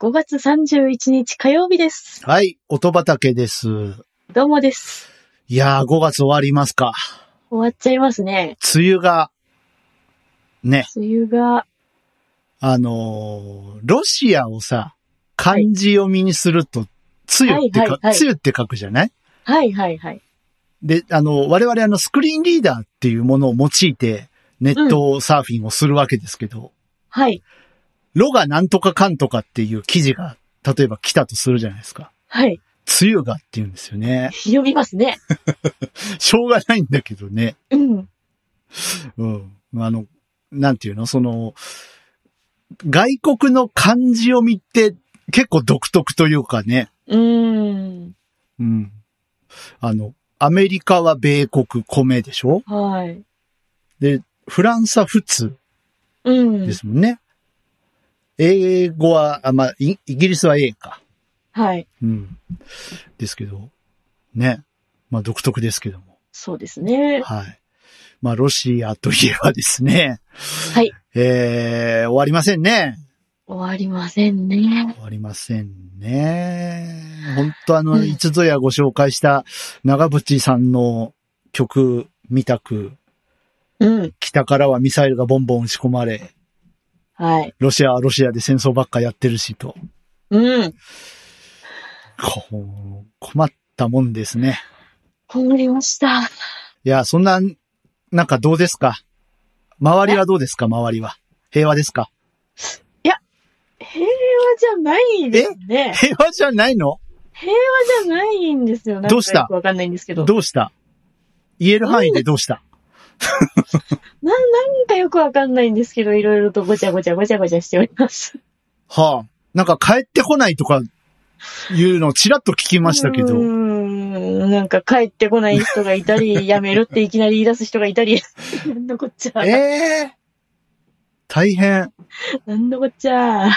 5月31日火曜日です。はい、音畑です。どうもです。いやー、5月終わりますか。終わっちゃいますね。梅雨が、ね、梅雨が、あのーロシアをさ、漢字読みにすると、梅雨ってか、はいはいはい梅雨って書くじゃないはいはいはい。で、あの、我々あの、スクリーンリーダーっていうものを用いて、ネットサーフィンをするわけですけど、はい。ロがなんとかかんとかっていう記事が、例えば来たとするじゃないですか。はい。梅雨がって言うんですよね。読みますね。しょうがないんだけどね。うん。うん。あの、なんていうのその、外国の漢字読みって結構独特というかね。うーん。うん。あの、アメリカは米国米でしょはい。で、フランスは仏うんで。すもんね。英語は、あ、まあ、イイギリスは英か。はい。うん。ですけど、ね。まあ、独特ですけども。そうですね。はい。まあ、ロシアといえばですね。はい。えー、終わりませんね。終わりませんね。終わりませんね。本当あの、いつぞやご紹介した長渕さんの曲見たく、うん。北からはミサイルがボンボン打ち込まれ、はい。ロシアはロシアで戦争ばっかやってるしと、うん。こう困ったもんですね。困りました。いや、そんな、なんかどうですか周りはどうですか周りは。平和ですか平和じゃないですね。平和じゃないの平和じゃないんですよ。なんかどうしたよくわかんないんですけど。どうした言える範囲でどうしたな、なんかよくわかんないんですけど、いろいろとごちゃごちゃごちゃごちゃしております。はあ。なんか帰ってこないとか、いうのをちらっと聞きましたけど。うーん、なんか帰ってこない人がいた り、辞めるっていきなり言い出す人がいたり、 なんだこっちゃ、ええ大変。なんだこっちゃ、わ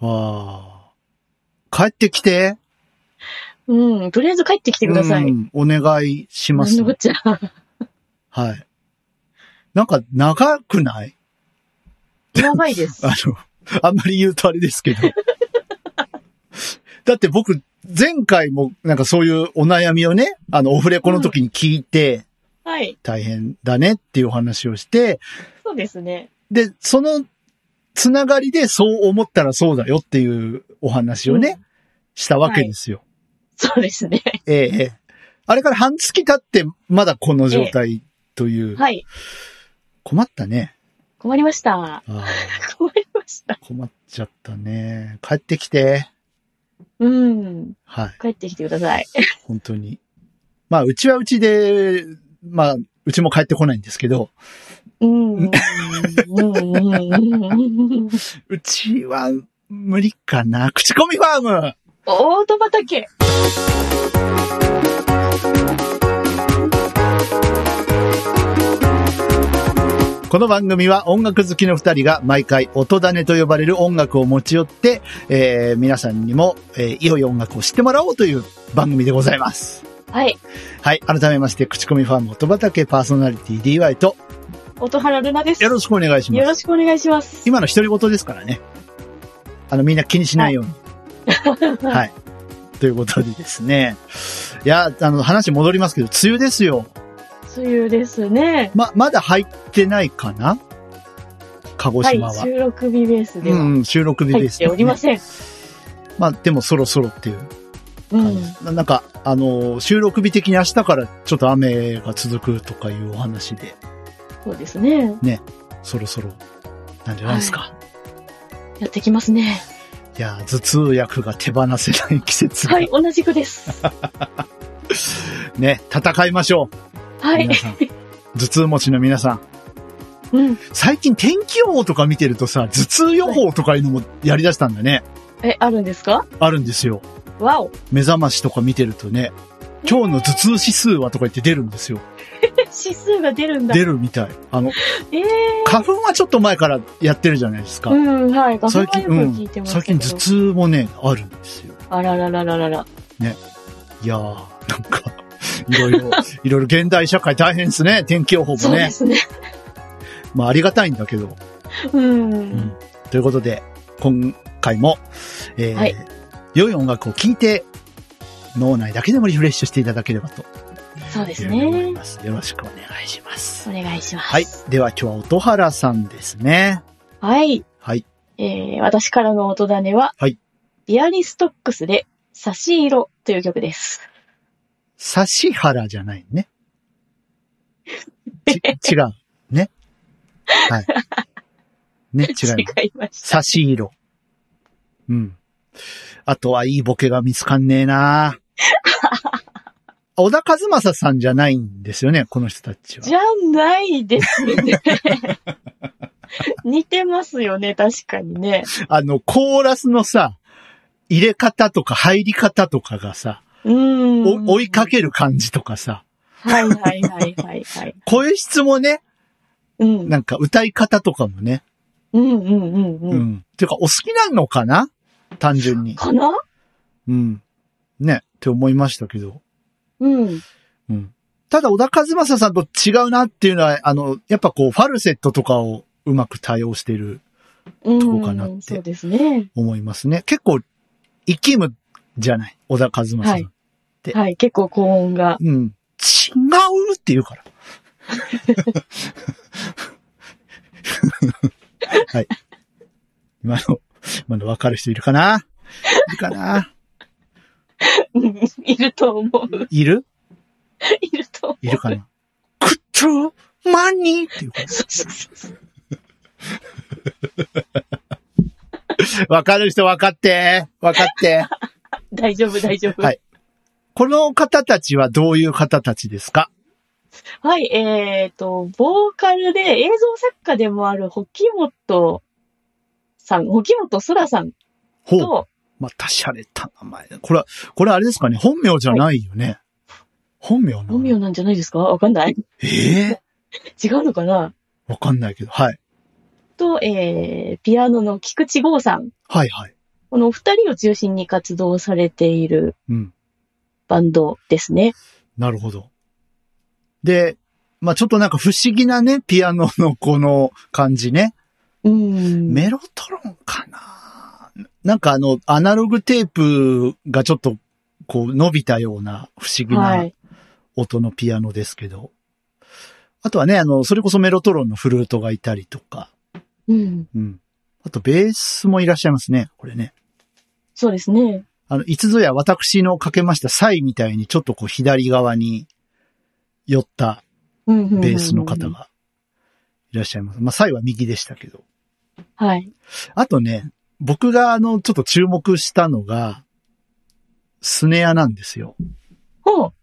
あ。帰ってきて。うん、とりあえず帰ってきてください。うんお願いしまなんすだこ。っちゃ、 はい。なんか長くない やばいです。あの、あんまり言うとあれですけど。 だって僕、前回もなんかそういうお悩みをね、あの、オフレコの時に聞いて、はい、大変だねっていうお話をして、そうですね。で、そのつながりでそう思ったらそうだよっていうお話をうね、んしたわけですよ。そうですね。ええええあれから半月経って、まだこの状態という。はい、困ったね。困りました。あ困りま した。あ困っちゃったね。帰ってきて。うん、はい。帰ってきてください。本当に。まあ、うちはうちで、まあ、うちも帰ってこないんですけど、うん、うん、うん。うちは無理かな。口コミファームオート畑この番組は音楽好きの二人が毎回音種と呼ばれる音楽を持ち寄って、えー皆さんにも、えー良い音楽を知ってもらおうという番組でございます。はい、はい。改めまして、口コミファーム音畑パーソナリティ DY と音原ルナです。よろしくお願いしよます。ろしくお願いします。今の独り言ですからね。あの、みんな気にしないように。はい。ということでですね。いや、あの、話戻りますけど、梅雨ですよ。梅雨ですね。ま、まだ入ってないかな鹿児はい島は。、収録日ベースでうはん、収録日入でっす、ておりません。まあでもそろそろっていうう感んじ、ですななんか、あのー、収録日的に明日からちょっと雨が続くとかいうお話で、そうですね。そろそろなんじゃないですか。やってきます ね。い、やー、頭痛薬が手放せない季節が、はい、同じくです。 ね、戦いましょう。はい皆。さん。頭痛持ちの皆さん。うん。最近天気予報とか見てるとさ、頭痛予報とかいうのもやりだしたんだね。え、あるんですかあるんですよ。わお。目覚ましとか見てるとね、今日の頭痛指数はとか言って出るんですよ。指数が出るんだ。出るみたい。あの、ええ花粉はちょっと前からやってるじゃないですか。ー。うん、はい。画最は近、よくう聞いんて。ます最近頭。痛もね、あるんですよ。あらららららら。いやー、なんか、 いろいろ、いろいろ現代社会大変ですね。天気予報もそうでね。すね。まあありがたいんだけど。ううんん。。ということで、今回も、えーはい良い音楽を聴いて、脳内だけでもリフレッシュしていただければとそうですいうふうに思いね。ます。よろしくお願いします。お願いします。はい。では今日は音原さんですね。はい。はい。えー、私からの音種は、はい。ビアリストックスで、差し色という曲です。指原じゃないね。 ち違う。ね。はい。ね、違います。違いました。差し色。うん。あとはいいボケが見つかんね えな小田和正さんじゃないんですよね、この人たちは。じゃないですね。似てますよね、確かにね。あの、コーラスのさ、入れ方とか入り方とかがさ、うーん。お追いかける感じとかさ、はいはいはいはいはい。声質もね、うん。なんか歌い方とかもね、うんうんうんうん。うん。ていうか、お好きなのかな単純に。かなうん。ね、って思いましたけど。うん。うん。ただ、小田和正さんと違うなっていうのは、あの、やっぱこう、ファルセットとかをうまく対応してる、うん。こかなってそうですね。思いますね。結構、生きむじゃない、小田和正さん。はいではい、結構高音が。 うん。違うって言う から。はい。今の、今の分かる人いるかないるかなうんいると思う。いるいると思 う。いるかなクッチューマニーって言うから。そうそうそう分かる人分かって分かって大丈夫、大丈夫。はいこの方たちはどういう方たちですかはい、えっ、と、ボーカルで映像作家でもあるホキモトさん、ホキモトソラさんほう。と、また洒落た名前だ。これは、これはあれですかね本名じゃないよね。本名なの本名なんじゃないですかわかんないええ違うのかなわかんないけど。はい。と、えー、ピアノの菊池剛さん。はいはい。このお二人を中心に活動されているうん。バンドですね。なるほど。で、まあちょっとなんか不思議なね、ピアノのこの感じね。うん。メロトロンかななんかあの、アナログテープがちょっと、こう、伸びたような不思議は。ない音のピアノですけど。あとはね、あの、それこそメロトロンのフルートがいたりとか。うん。うん。あと、ベースもいらっしゃいますね、これね。そうですね。あの、いつぞや私のかけましたサイみたいに、ちょっとこう、左側に寄ったうんうんうんうんベースの方。がいらっしゃいます。まあ、サイは右でしたけど。はい。あとね、僕があの、ちょっと注目したのが、スネアなんですよ。ほう。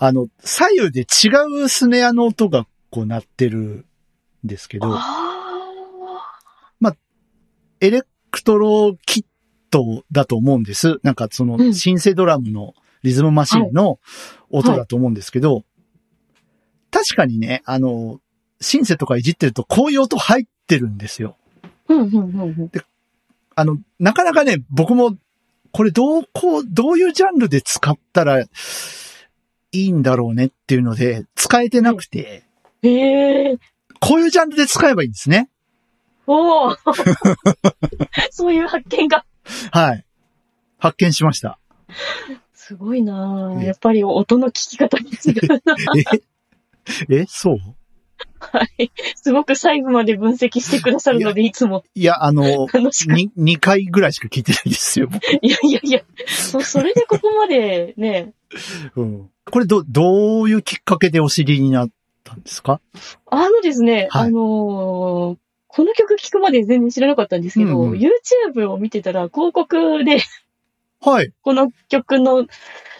あの、左右で違うスネアの音がこう鳴ってるんですけど。あエレクトロキットだと思うんです。なんかそうの、んシンセドラムのリズムマシンの音だと思うんですけど、確かにね、あの、シンセとかいじってるとこういう音入ってるんですよ。あ。うん、うん、うんうん。あの、なかなかね、僕も、これどう、こう、どういうジャンルで使ったらいいんだろうねっていうので、使えてなくて、へえ。こういうジャンルで使えばいいんですね。お お。そういう発見が。はい。発見しました。すごいなぁ。ええやっぱり音の聞き方に違う な。え、え、そうはい。すごく細部まで分析してくださるので、いつもいや、あの、楽しく。に、2回ぐらいしか聞いてないですよ。いやいやいや、そ、それでここまでね、うん。これど、どういうきっかけでお知りになったんですかあのですね、はいあのーこの曲聴くまで全然知らなかったんですけど、うんうん YouTube を見てたら広告で、はい。この曲の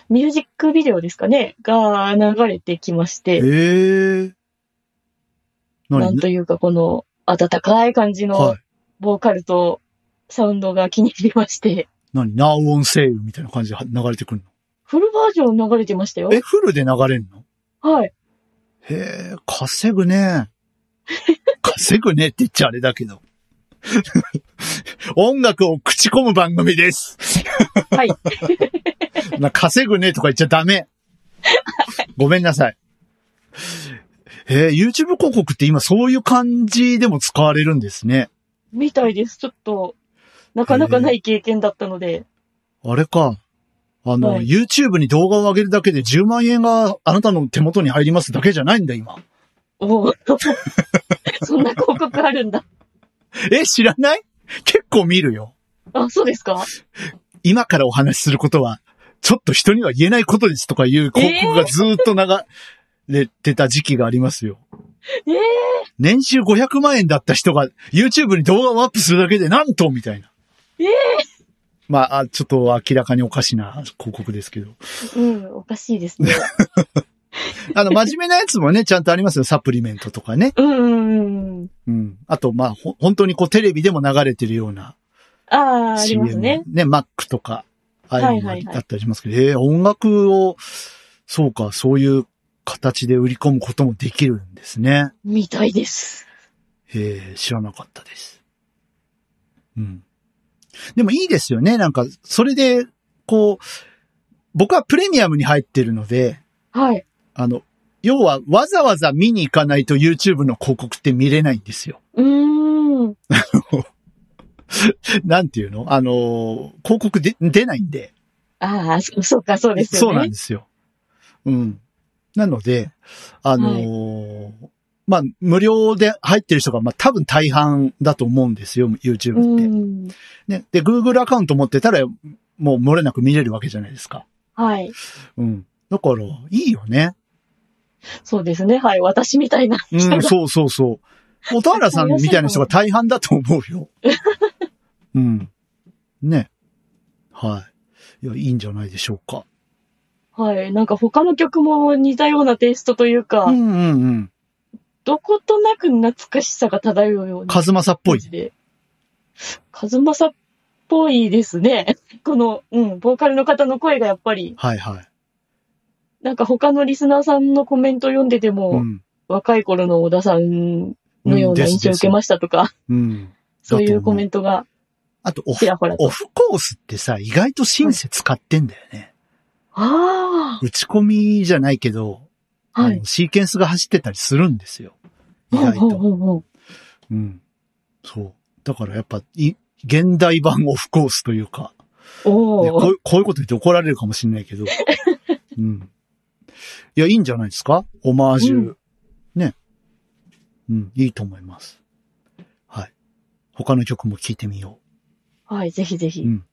ミュージックビデオですかね、が流れてきましええて、ー。な何んというかこの温かい感じはのい。ボーカルとサウンドが気に入りまして、何ナウオンセールみたいな感じで流れてくるフルバージョン流れてましたよの。え、。フルで流れるの はい。へえ、稼ぐね。稼ぐねって言っちゃあれだけど。音楽を口コむ番組です。はい。な稼ぐねとか言っちゃダメ。ごめんなさい。えー YouTube 広告って今そういう感じでも使われるんですね。みたいです。ちょっと、なかなかない経験だったので、あれか。あの、はい YouTube に動画を上げるだけで10万円があなたの手元に入りますだけじゃないんだ、今。おお そんな広告あるんだ。え、知らない結構見るよ。あ、そうですか今からお話しすることは、ちょっと人には言えないことですとかいう広告がずーっと流れてた時期がありますよ。ええ年収500万円だった人が YouTube に動画をアップするだけでなんとみたいな。ええまああ、ちょっと明らかにおかしな広告ですけど。うん、おかしいですね。あの、真面目なやつもね、 ちゃんとありますよ。サプリメントとかね。うんうんうん。うん。あと、まあ、ほ本当にこうテレビでも流れてるようなああ、あり CM。ますね。マックとか、ああいうのはいはいがはいあったりしますけど、えー音楽を、そうか、そういう形で売り込むこともできるんですね。みたいです。えー、知らなかったです。うん。でもいいですよね。なんか、それで、こう、僕はプレミアムに入ってるので、はい。あの、要はわざわざ見に行かないと YouTube の広告って見れないんですよ。うーん。なんていうのあのー、広告で出ないんで。ああ、そそうか、そうですよそうね。なんですよ。うん。なので、あのーまあ、無料で入ってる人が、まあ、多分大半だと思うんですよ、YouTube って。うん。ね。で、Google アカウント持ってたら、もう漏れなく見れるわけじゃないですか。はい。うん。だから、いいよね。そうですね。はい。私みたいなう人がん、そうそうそう。小田原さんみたいな人が大半だと思う よ。うん。ね。はい。いや、いいんじゃないでしょうか。 はい。なんか他の曲も似たようなテイストというか、うんうんうん。どことなく懐かしさが漂うようなカズマサっぽ感い。じで。カズマサっぽいですね。 この、うん、ボーカルの方の声がやっぱり、はいはい。なんか他のリスナーさんのコメント読んでても、うん。若い頃の小田さんうのよんうなです印象を受けましたとか、ですうん。そういだうと思うコメントがあと、オフち、らほらと。オフコースってさ、意外とシンセ使ってんだよね。あ打ち込みじゃないけど、あ、はあいの。シーケンスが走ってたりするんですよ。意ほう外ほうと。ほうほううん。そう。だからやっぱ、い、現代版オフコースというか、ねおこーうこういうこと言って怒られるかもしれないけど。うん。いや、いいんじゃないですかオマージュ。うんね。うん、いいと思います。はい。他の曲も聴いてみよはい、ぜひぜひ。う。うん。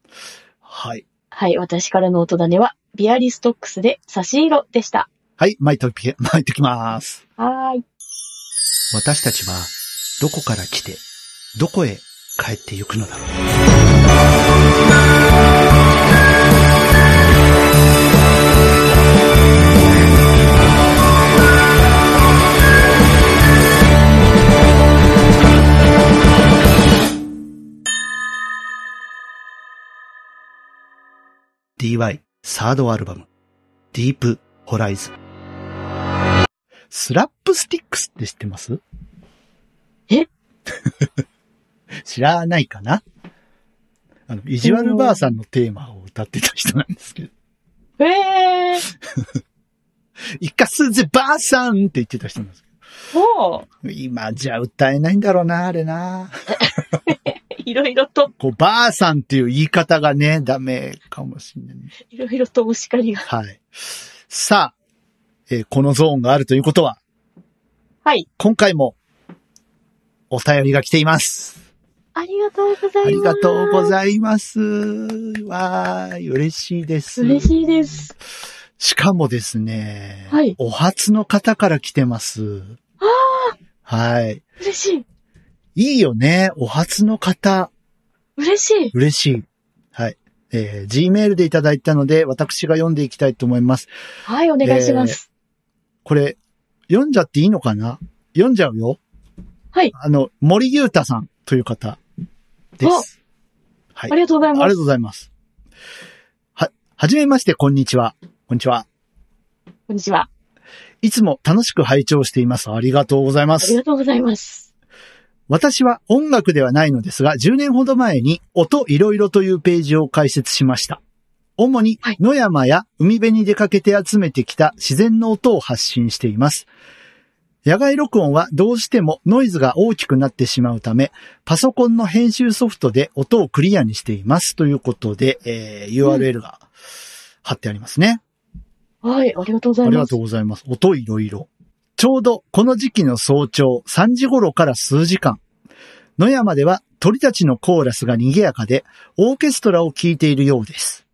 はい。はい、私からの音種は、ビアリストックスで差し色でした。はい、巻いとき、巻いときます。はーい。私たちは、どこから来て、どこへ帰ってゆくのだろう。DY サードアルバム、ディープホライズン。スラップスティックスって知ってますえ 知らないかなあの、イジワルばあさんのテーマを歌ってた人なんですけど、えー、イカスゼばあさんって言ってた人なんですおー、けど、今じゃ歌えないんだろうな、あれな。いろいろと、こう、ばあさんっていう言い方がね、ダメかもしれない。いろいろとお叱りが。はい。さあ、えーこのゾーンがあるということは、はい。今回も、お便りが来ています。ありがとうございます。ありがとうございます。わーい、嬉しいです。嬉しいです。しかもですね、はいお初の方から来てます。はい。嬉しい。いいよね、お初の方。嬉しい。嬉しい。はい。えー、Gmail でいただいたので、私が読んでいきたいと思います。はい、お願いします。これ、読んじゃっていいのかな読んじゃうよ。はいあの、森裕太さんという方です。はいありがとうございあまりがす。とうございます。は、はじめまして、こんにちは。こんにちは。こんにちは。いつも楽しく拝聴しています。ありがとうございまありす。がとうございます。私は音楽ではないのですが、10年ほど前に音いろいろというページを開設しました。主にはい野山や海辺に出かけて集めてきた自然の音を発信しています。野外録音はどうしてもノイズが大きくなってしまうため、パソコンの編集ソフトで音をクリアにしています。ということで、えー URL が貼ってありますね。はい、ありがとうござあいりまがすと。うございます。音いろいろ。ちょうどこの時期の早朝3時頃から数時間。野山では鳥たちのコーラスが賑やかで、オーケストラを聴いているようです。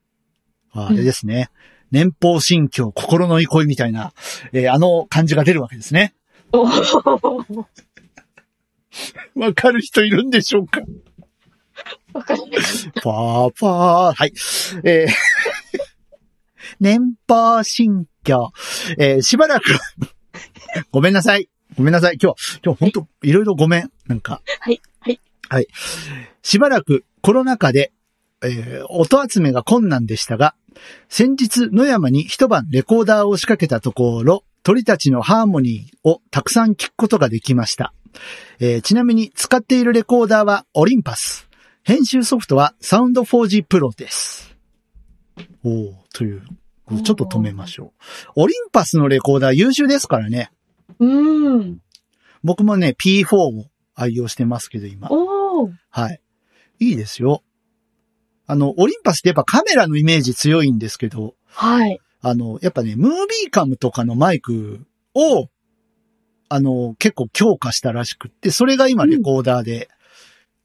ああれですね。年俸心境、心の憩いみたいな、えーあの感じが出るわけですね。おーわかる人いるんでしょうかわかんない。パーパー。はい。えー 年俸心境。えーしばらく。ごめんなさい。ごめんなさい。今日、今日本当いろいろごめん。なんか。はい、はい。はい。しばらくコロナ禍で、えー音集めが困難でしたが、先日野山に一晩レコーダーを仕掛けたところ、鳥たちのハーモニーをたくさん聞くことができました。えーちなみに使っているレコーダーはオリンパス。編集ソフトはサウンド 4G プロです。おーという。ちょっと止めましょう。オリンパスのレコーダー優秀ですからね。うーん。僕もね、P4 を愛用してますけど、今。おーはい。いいですよ。あの、オリンパスってやっぱカメラのイメージ強いんですけど、はい。あの、やっぱね、ムービーカムとかのマイクを、あの、結構強化したらしくって、それが今レコーダーで、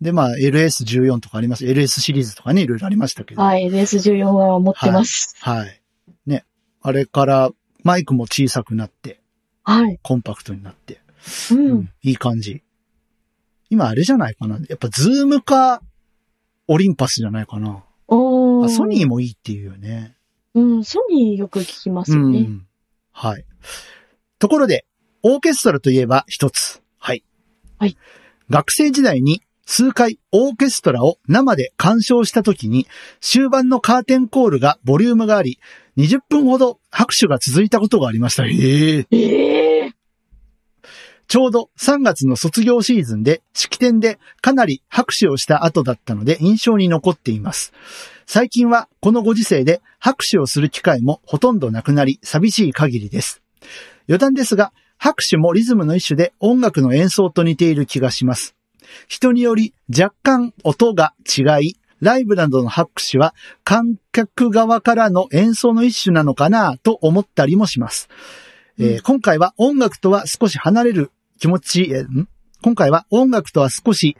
で、まあ、LS14 とかあります。LS シリーズとかね、いろいろありましたけど。はい、LS14 は持ってます。はい。ね。あれから、マイクも小さくなって、はい。コンパクトになって、う。うんんいい感じ。今あれじゃないかな。やっぱズームか、オリンパスじゃないかな。おあーソニーもいいっていうよね。うん、ソニーよく聞きますよね。ん。はい。ところで、オーケストラといえば一つ。はい。はい。学生時代に数回オーケストラを生で鑑賞した時に、終盤のカーテンコールがボリュームがあり、20分ほど拍手が続いたことがありました。ええ。ええちょうど3月の卒業シーズンで式典でかなり拍手をした後だったので印象に残っています。最近はこのご時世で拍手をする機会もほとんどなくなり寂しい限りです。余談ですが、拍手もリズムの一種で音楽の演奏と似ている気がします。人により若干音が違い、ライブなどの拍手は観客側からの演奏の一種なのかなと思ったりもします。えーうん今回は音楽とは少し離れる気持ち、えーん今回は音楽とは少し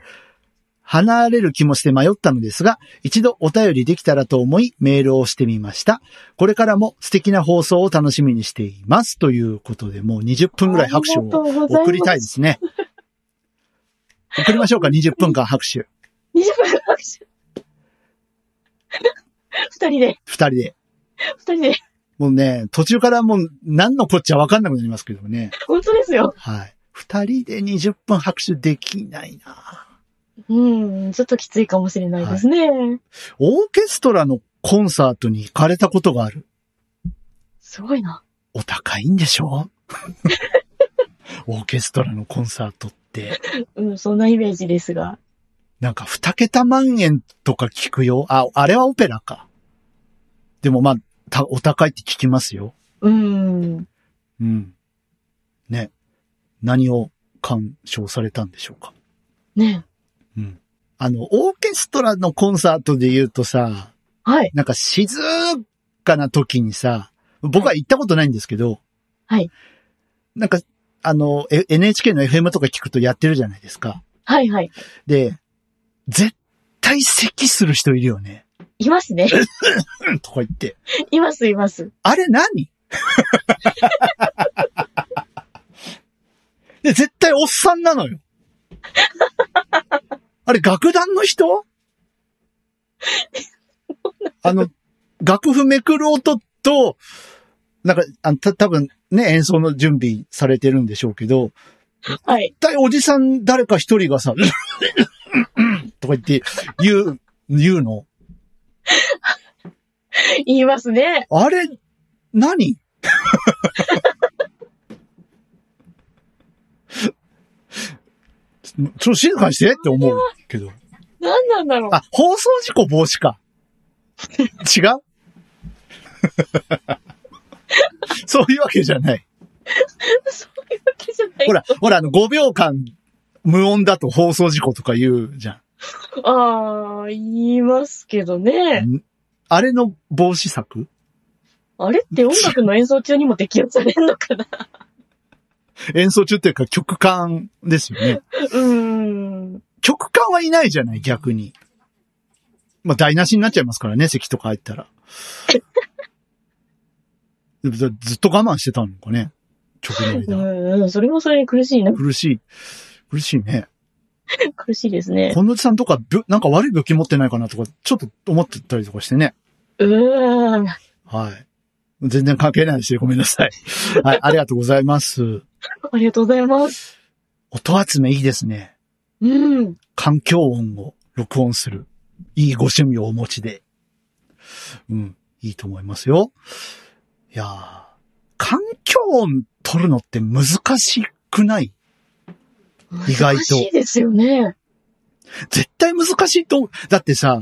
離れる気もして迷ったのですが、一度お便りできたらと思いメールをしてみました。これからも素敵な放送を楽しみにしています。ということで、もう20分ぐらい拍手を送りたいで。すね。送りましょうか、20分間拍手。 20分拍手。二人で、二人で。二人で。もうね、途中からもう何のこっちゃわかんなくなりますけどね。本当ですよ。はい。二人で20分拍手できないなうん、ちょっときついかもしれないですね。オーケストラのコンサートに行かれたことがある。すごいな。お高いんでしょオーケストラのコンサートって、うん、そんなイメージですが。なんか二桁万円とか聞くよ。あ、あれはオペラか。でもまあ、たお高いって聞きますよ。うん。うん。ね。何を鑑賞されたんでしょうか。ね。うん。あの、オーケストラのコンサートで言うとさ、はい。なんか静かな時にさ、僕は行ったことないんですけど、はい。なんか、あの、え NHK の FM とか聞くとやってるじゃないですか。はいはい。で、絶対咳する人いるよね。いますね。うんとか言って。 いますいます。あれ何 で絶対おっさんなのよ。あれ、楽団の人あの、楽譜めくる音と、なんか、あのた多分ね、演奏の準備されてるんでしょうけど、はい。絶対おじさん誰か一人がさ、 とか言って言う、言うの。言いますね。あれ、何 ちょっと静かにしてって思うけど。何なんだろう。 あ、放送事故防止か。違う そういうわけじゃない。そういうわけじゃない。ほら、ほら、あの、5秒間無音だと放送事故とか言うじゃああ、言いますけどね。ん。あれの防止策あれって音楽の演奏中にも適用されるのかな演奏中っていうか曲間ですよね。うーん。曲間はいないじゃない、逆に。まあ、台無しになっちゃいますからね、席とか入っ たら。でもずずっと我慢してたのかね、曲うの間。んうん、それもそれに苦しいな。 苦しい。苦しいね。苦しいですね。このおじさんとか、ぶなんか悪い病気持ってないかなとか、ちょっと思ってたりとかしてね。うーん。はい。全然関係ないですよ。ごめんなさい。はい、ありがとうございます。ありがとうございます。音集めいいですね。うん。環境音を録音する。いいご趣味をお持ちで。うん、いいと思いますよ。いやー環境音取るのって難しくない意外と難しいですよね。絶対難しいと思う。だってさ、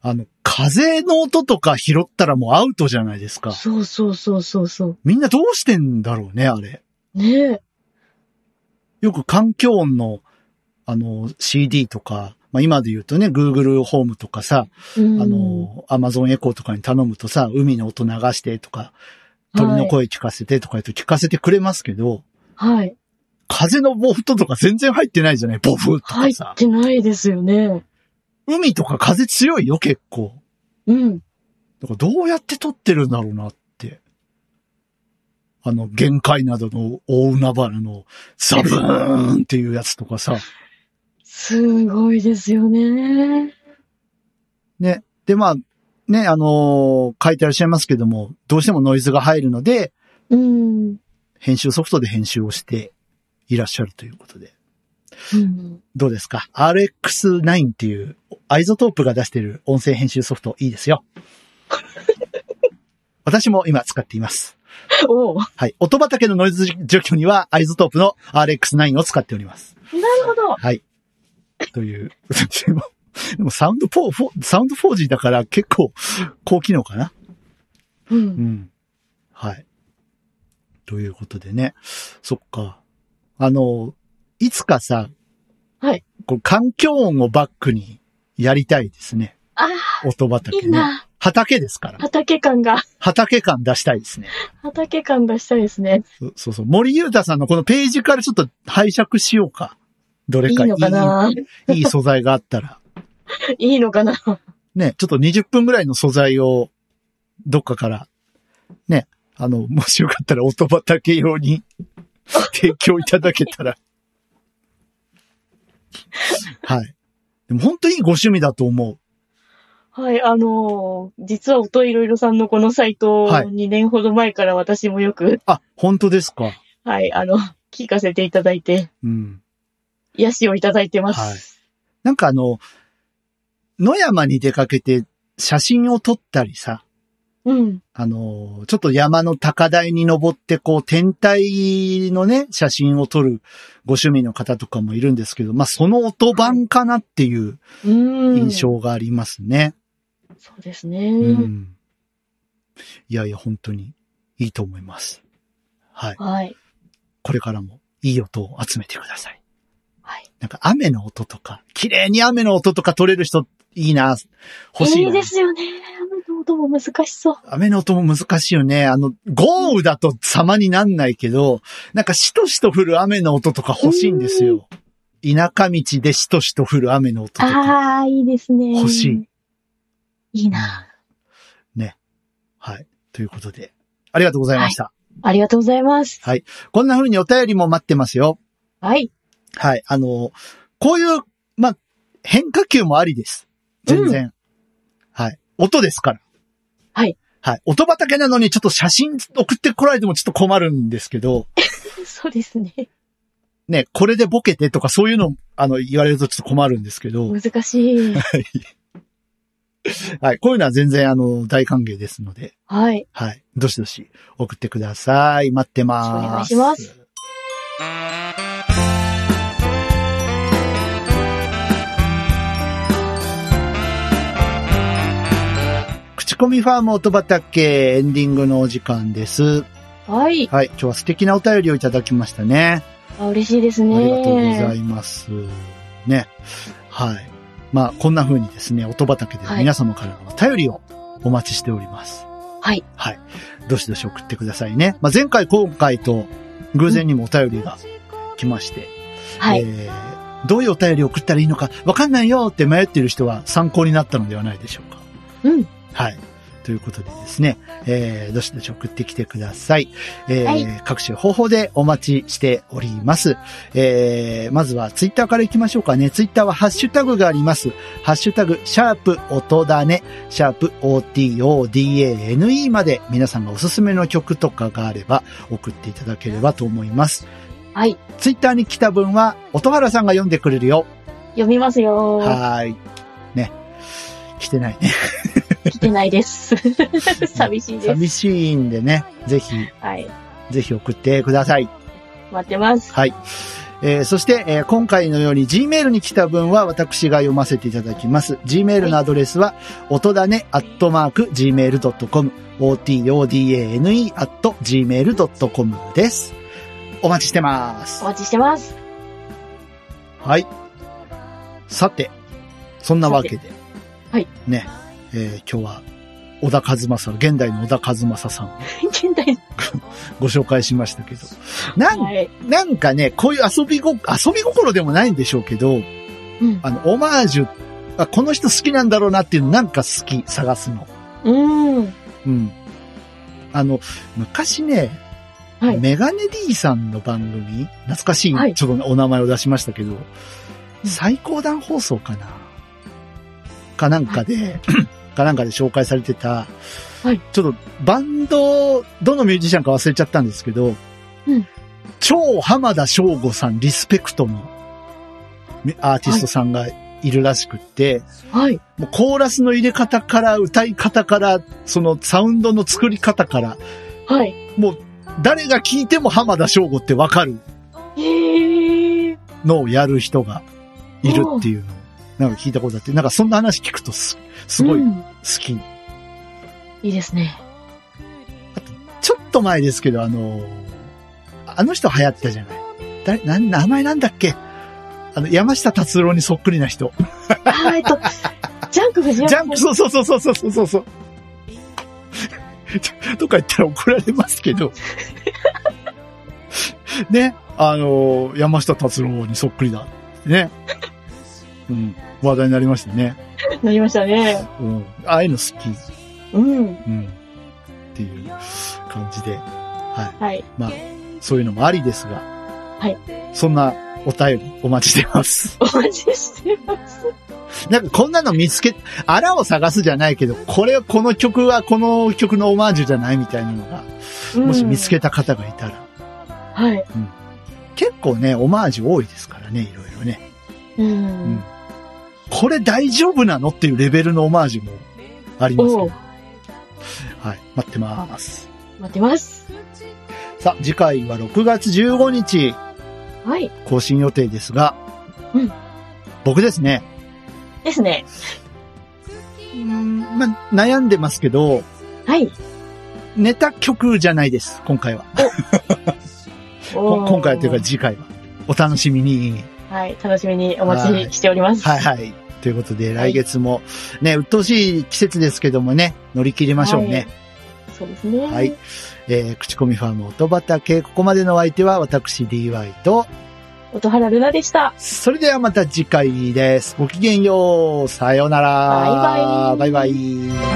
あの、風の音とか拾ったらもうアウトじゃないですか。そうそうそうそうそう。みんなどうしてんだろうね、あれ。ねえ。よく環境音の、あの、CD とか、まあ、今で言うとね、Google ホームとかさ、うんあ、の、Amazon エコーとかに頼むとさ、海の音流してとか、鳥の声聞かせてとか言うと聞かせてくれますけど、はい。風のボフトとか全然入ってないじゃないボフと入かっさ。てないですよね。海とか風強いよ、結構。うん。だからどうやって撮ってるんだろうなって。あの、限界などの大海原のザブーンっていうやつとかさ。すごいですよね。ね。で、まあ、ね、あのー書いてらっしゃいますけども、どうしてもノイズが入るので、うん。編集ソフトで編集をしていらっしゃるということで。うんどうですか ?RX9 っていう、アイゾトープが出してる音声編集ソフト、いいですよ。 私も今使っています。おうはい。音畑のノイズ除去には、アイゾトープの RX9 を使っております。なるほど。はい。という。でも、でもサウンド4、4サウンド 4G だから結構高機能かなう。うんん。はい。ということでね。そっか。あの、いつかさ、はい。こう環境音をバックにやりたいですね。ああ、音い畑いね。な。畑ですから。畑感が、畑感出したいですね。畑感出したいですね。そそうそう。森裕太さんのこのページからちょっと拝借しようか。どれいいかいいのかないい素材があったら。いいのかなね、ちょっと20分ぐらいの素材を、どっかから、ね、あの、もしよかったら音畑用に提供いただけたら。はい。でも本当にいいご趣味だと思う。はい、あのー実は音いろいろさんのこのサイトをはい2年ほど前から私もよく、あ、本当ですか。はい、あの、聞かせていただいて、うん。癒しをいただいてます。なんかあの、野山に出かけて写真を撮ったりさ、うん。あの、ちょっと山の高台に登って、こう、天体のね、写真を撮るご趣味の方とかもいるんですけど、まあ、その音版かなっていううん。印。象がありますね。そうですね。うん。いやいや、本当にいいと思います。はい。はい。これからもいい音を集めてください。はい。なんか雨の音とか、綺麗に雨の音とか撮れる人、いいな。欲しいいな。いですよね。雨の音も難しそう。雨の音も難しいよね。あの、豪雨だと様になんないけど、なんかしとしと降る雨の音とか欲しいんですよ。田舎道でしとしと降る雨の音とか。ああ、いいですね。欲しい。いいな。ね。はい。ということで、ありがとうございました。ありがとうございます。こんな風にお便りも待ってますよ。はい。はい。あの、こういう、まあ、変化球もありです。全然。はい。音ですから。はい。はい。音畑なのにちょっと写真送ってこられてもちょっと困るんですけど、そうですね。ね、これでボケてとかそういうの、あの、言われるとちょっと困るんですけど、難し い。はい、こういうのは全然、あの、大歓迎ですので、はい。はい、どしどし送ってください。待ってます。お願いします。口コミファーム音畑エンディングのお時間です。はい。はい。今日は素敵なお便りをいただきましたね。あ、嬉しいですね。ありがとうございます。ね。はい。まあ、こんな風にですね、音畑では皆様からのお便りをお待ちしております。はい。はい。どしどし送ってくださいね。まあ、前回、今回と、偶然にもお便りが来まして、はい。えーどういうお便りを送ったらいいのかわかんないよって迷っている人は参考になったのではないでしょうか。うん。はい。ということでですね、えー、どしどし送ってきてください。えーはい各種方法でお待ちしております。えー、まずはツイッターから行きましょうかね。ツイッターはハッシュタグがあります。ハッシュタグ、シャープ、音だね、シャープ、otodane まで皆さんがおすすめの曲とかがあれば送っていただければと思います。はい。ツイッターに来た分は、音原さんが読んでくれるよ。読みますよ。はーい。ね。来てないね。来てない です。寂しいです。寂しいんでね、ぜひ、はい。ぜひ送ってください。待ってます。はい。えーそして、えー今回のように Gmail に来た分は私が読ませていただきます。Gmail のアドレスは、音だね、アットマーク、gmail.com、otodane、アット、gmail.com です。お待ちしてますお。待ちしてます。はい。さて、そんなわけで。はい。ね、えー今日は、小田和正、現代の小田和正さんを現代ご紹介しましたけど。なんはい。なんかね、こういう遊びご、遊び心でもないんでしょうけど、うん。あの、オマージュ、あ、この人好きなんだろうなっていうのなんか好き、探すの。うん。うん。あの、昔ね、はいメガネ D さんの番組、懐かしい、はいちょっとお名前を出しましたけど、ん最高段放送かなかなんかで、 かなんかで紹介されてた、はいちょっとバンド、どのミュージシャンか忘れちゃったんですけど、うん超浜田省吾さんリスペクトのみアーティストさんがいるらしくって、はい。もうコーラスの入れ方から歌い方から、そのサウンドの作り方から、はい。誰が聞いても浜田省吾ってわかるへえ。のをやる人がいるっていうのを、なんか聞いたことあって、なんかそんな話聞くとす、すごい好うんき。いいですね。ちょっと前ですけど、あの、あの人流行ったじゃない。誰、なん、名前なんだっけあの、山下達郎にそっくりな人。あーえっと、ジャンク藤山ジャンク、そうそうそうそうそうそう そう。とか言ったら怒られます けど。ね、あの、山下達郎にそっくりだ。ね。うん。話題になりましたね。なりましたね。うん。ああいうの好き。うん。うん。っていう感じで。はい。はい。まあ、そういうのもありですが。はい。そんなお便りお待ちしてます。お待ちしてます。なんかこんなの見つけ、あらを探すじゃないけど、これ、この曲はこの曲のオマージュじゃないみたいなのが、もし見つけた方がいたら、た。はい。結構ね、オマージュ多いですからね、いろいろね。ううんん。。これ大丈夫なのっていうレベルのオマージュもありますけおどう。はい、待ってます。待ってます。さあ、次回は6月15日はい。更新予定ですが、うん僕ですね、ですね。うんまあ、悩んでますけど、はい。ネタ曲じゃないです、今回は。こおー今回というか次回は。お楽しみに。はい。楽しみにお待ちしております。はいはい。ということで、は来い月も、ね、鬱陶しい季節ですけどもね、乗り切りましょうね。はい。そうですね。はい。えー、口コミファーム音畑、ここまでのお相手は私 DY と、音原ルナでした。それではまた次回です。ごきげんよう。さようなら。バイバイバイバイ。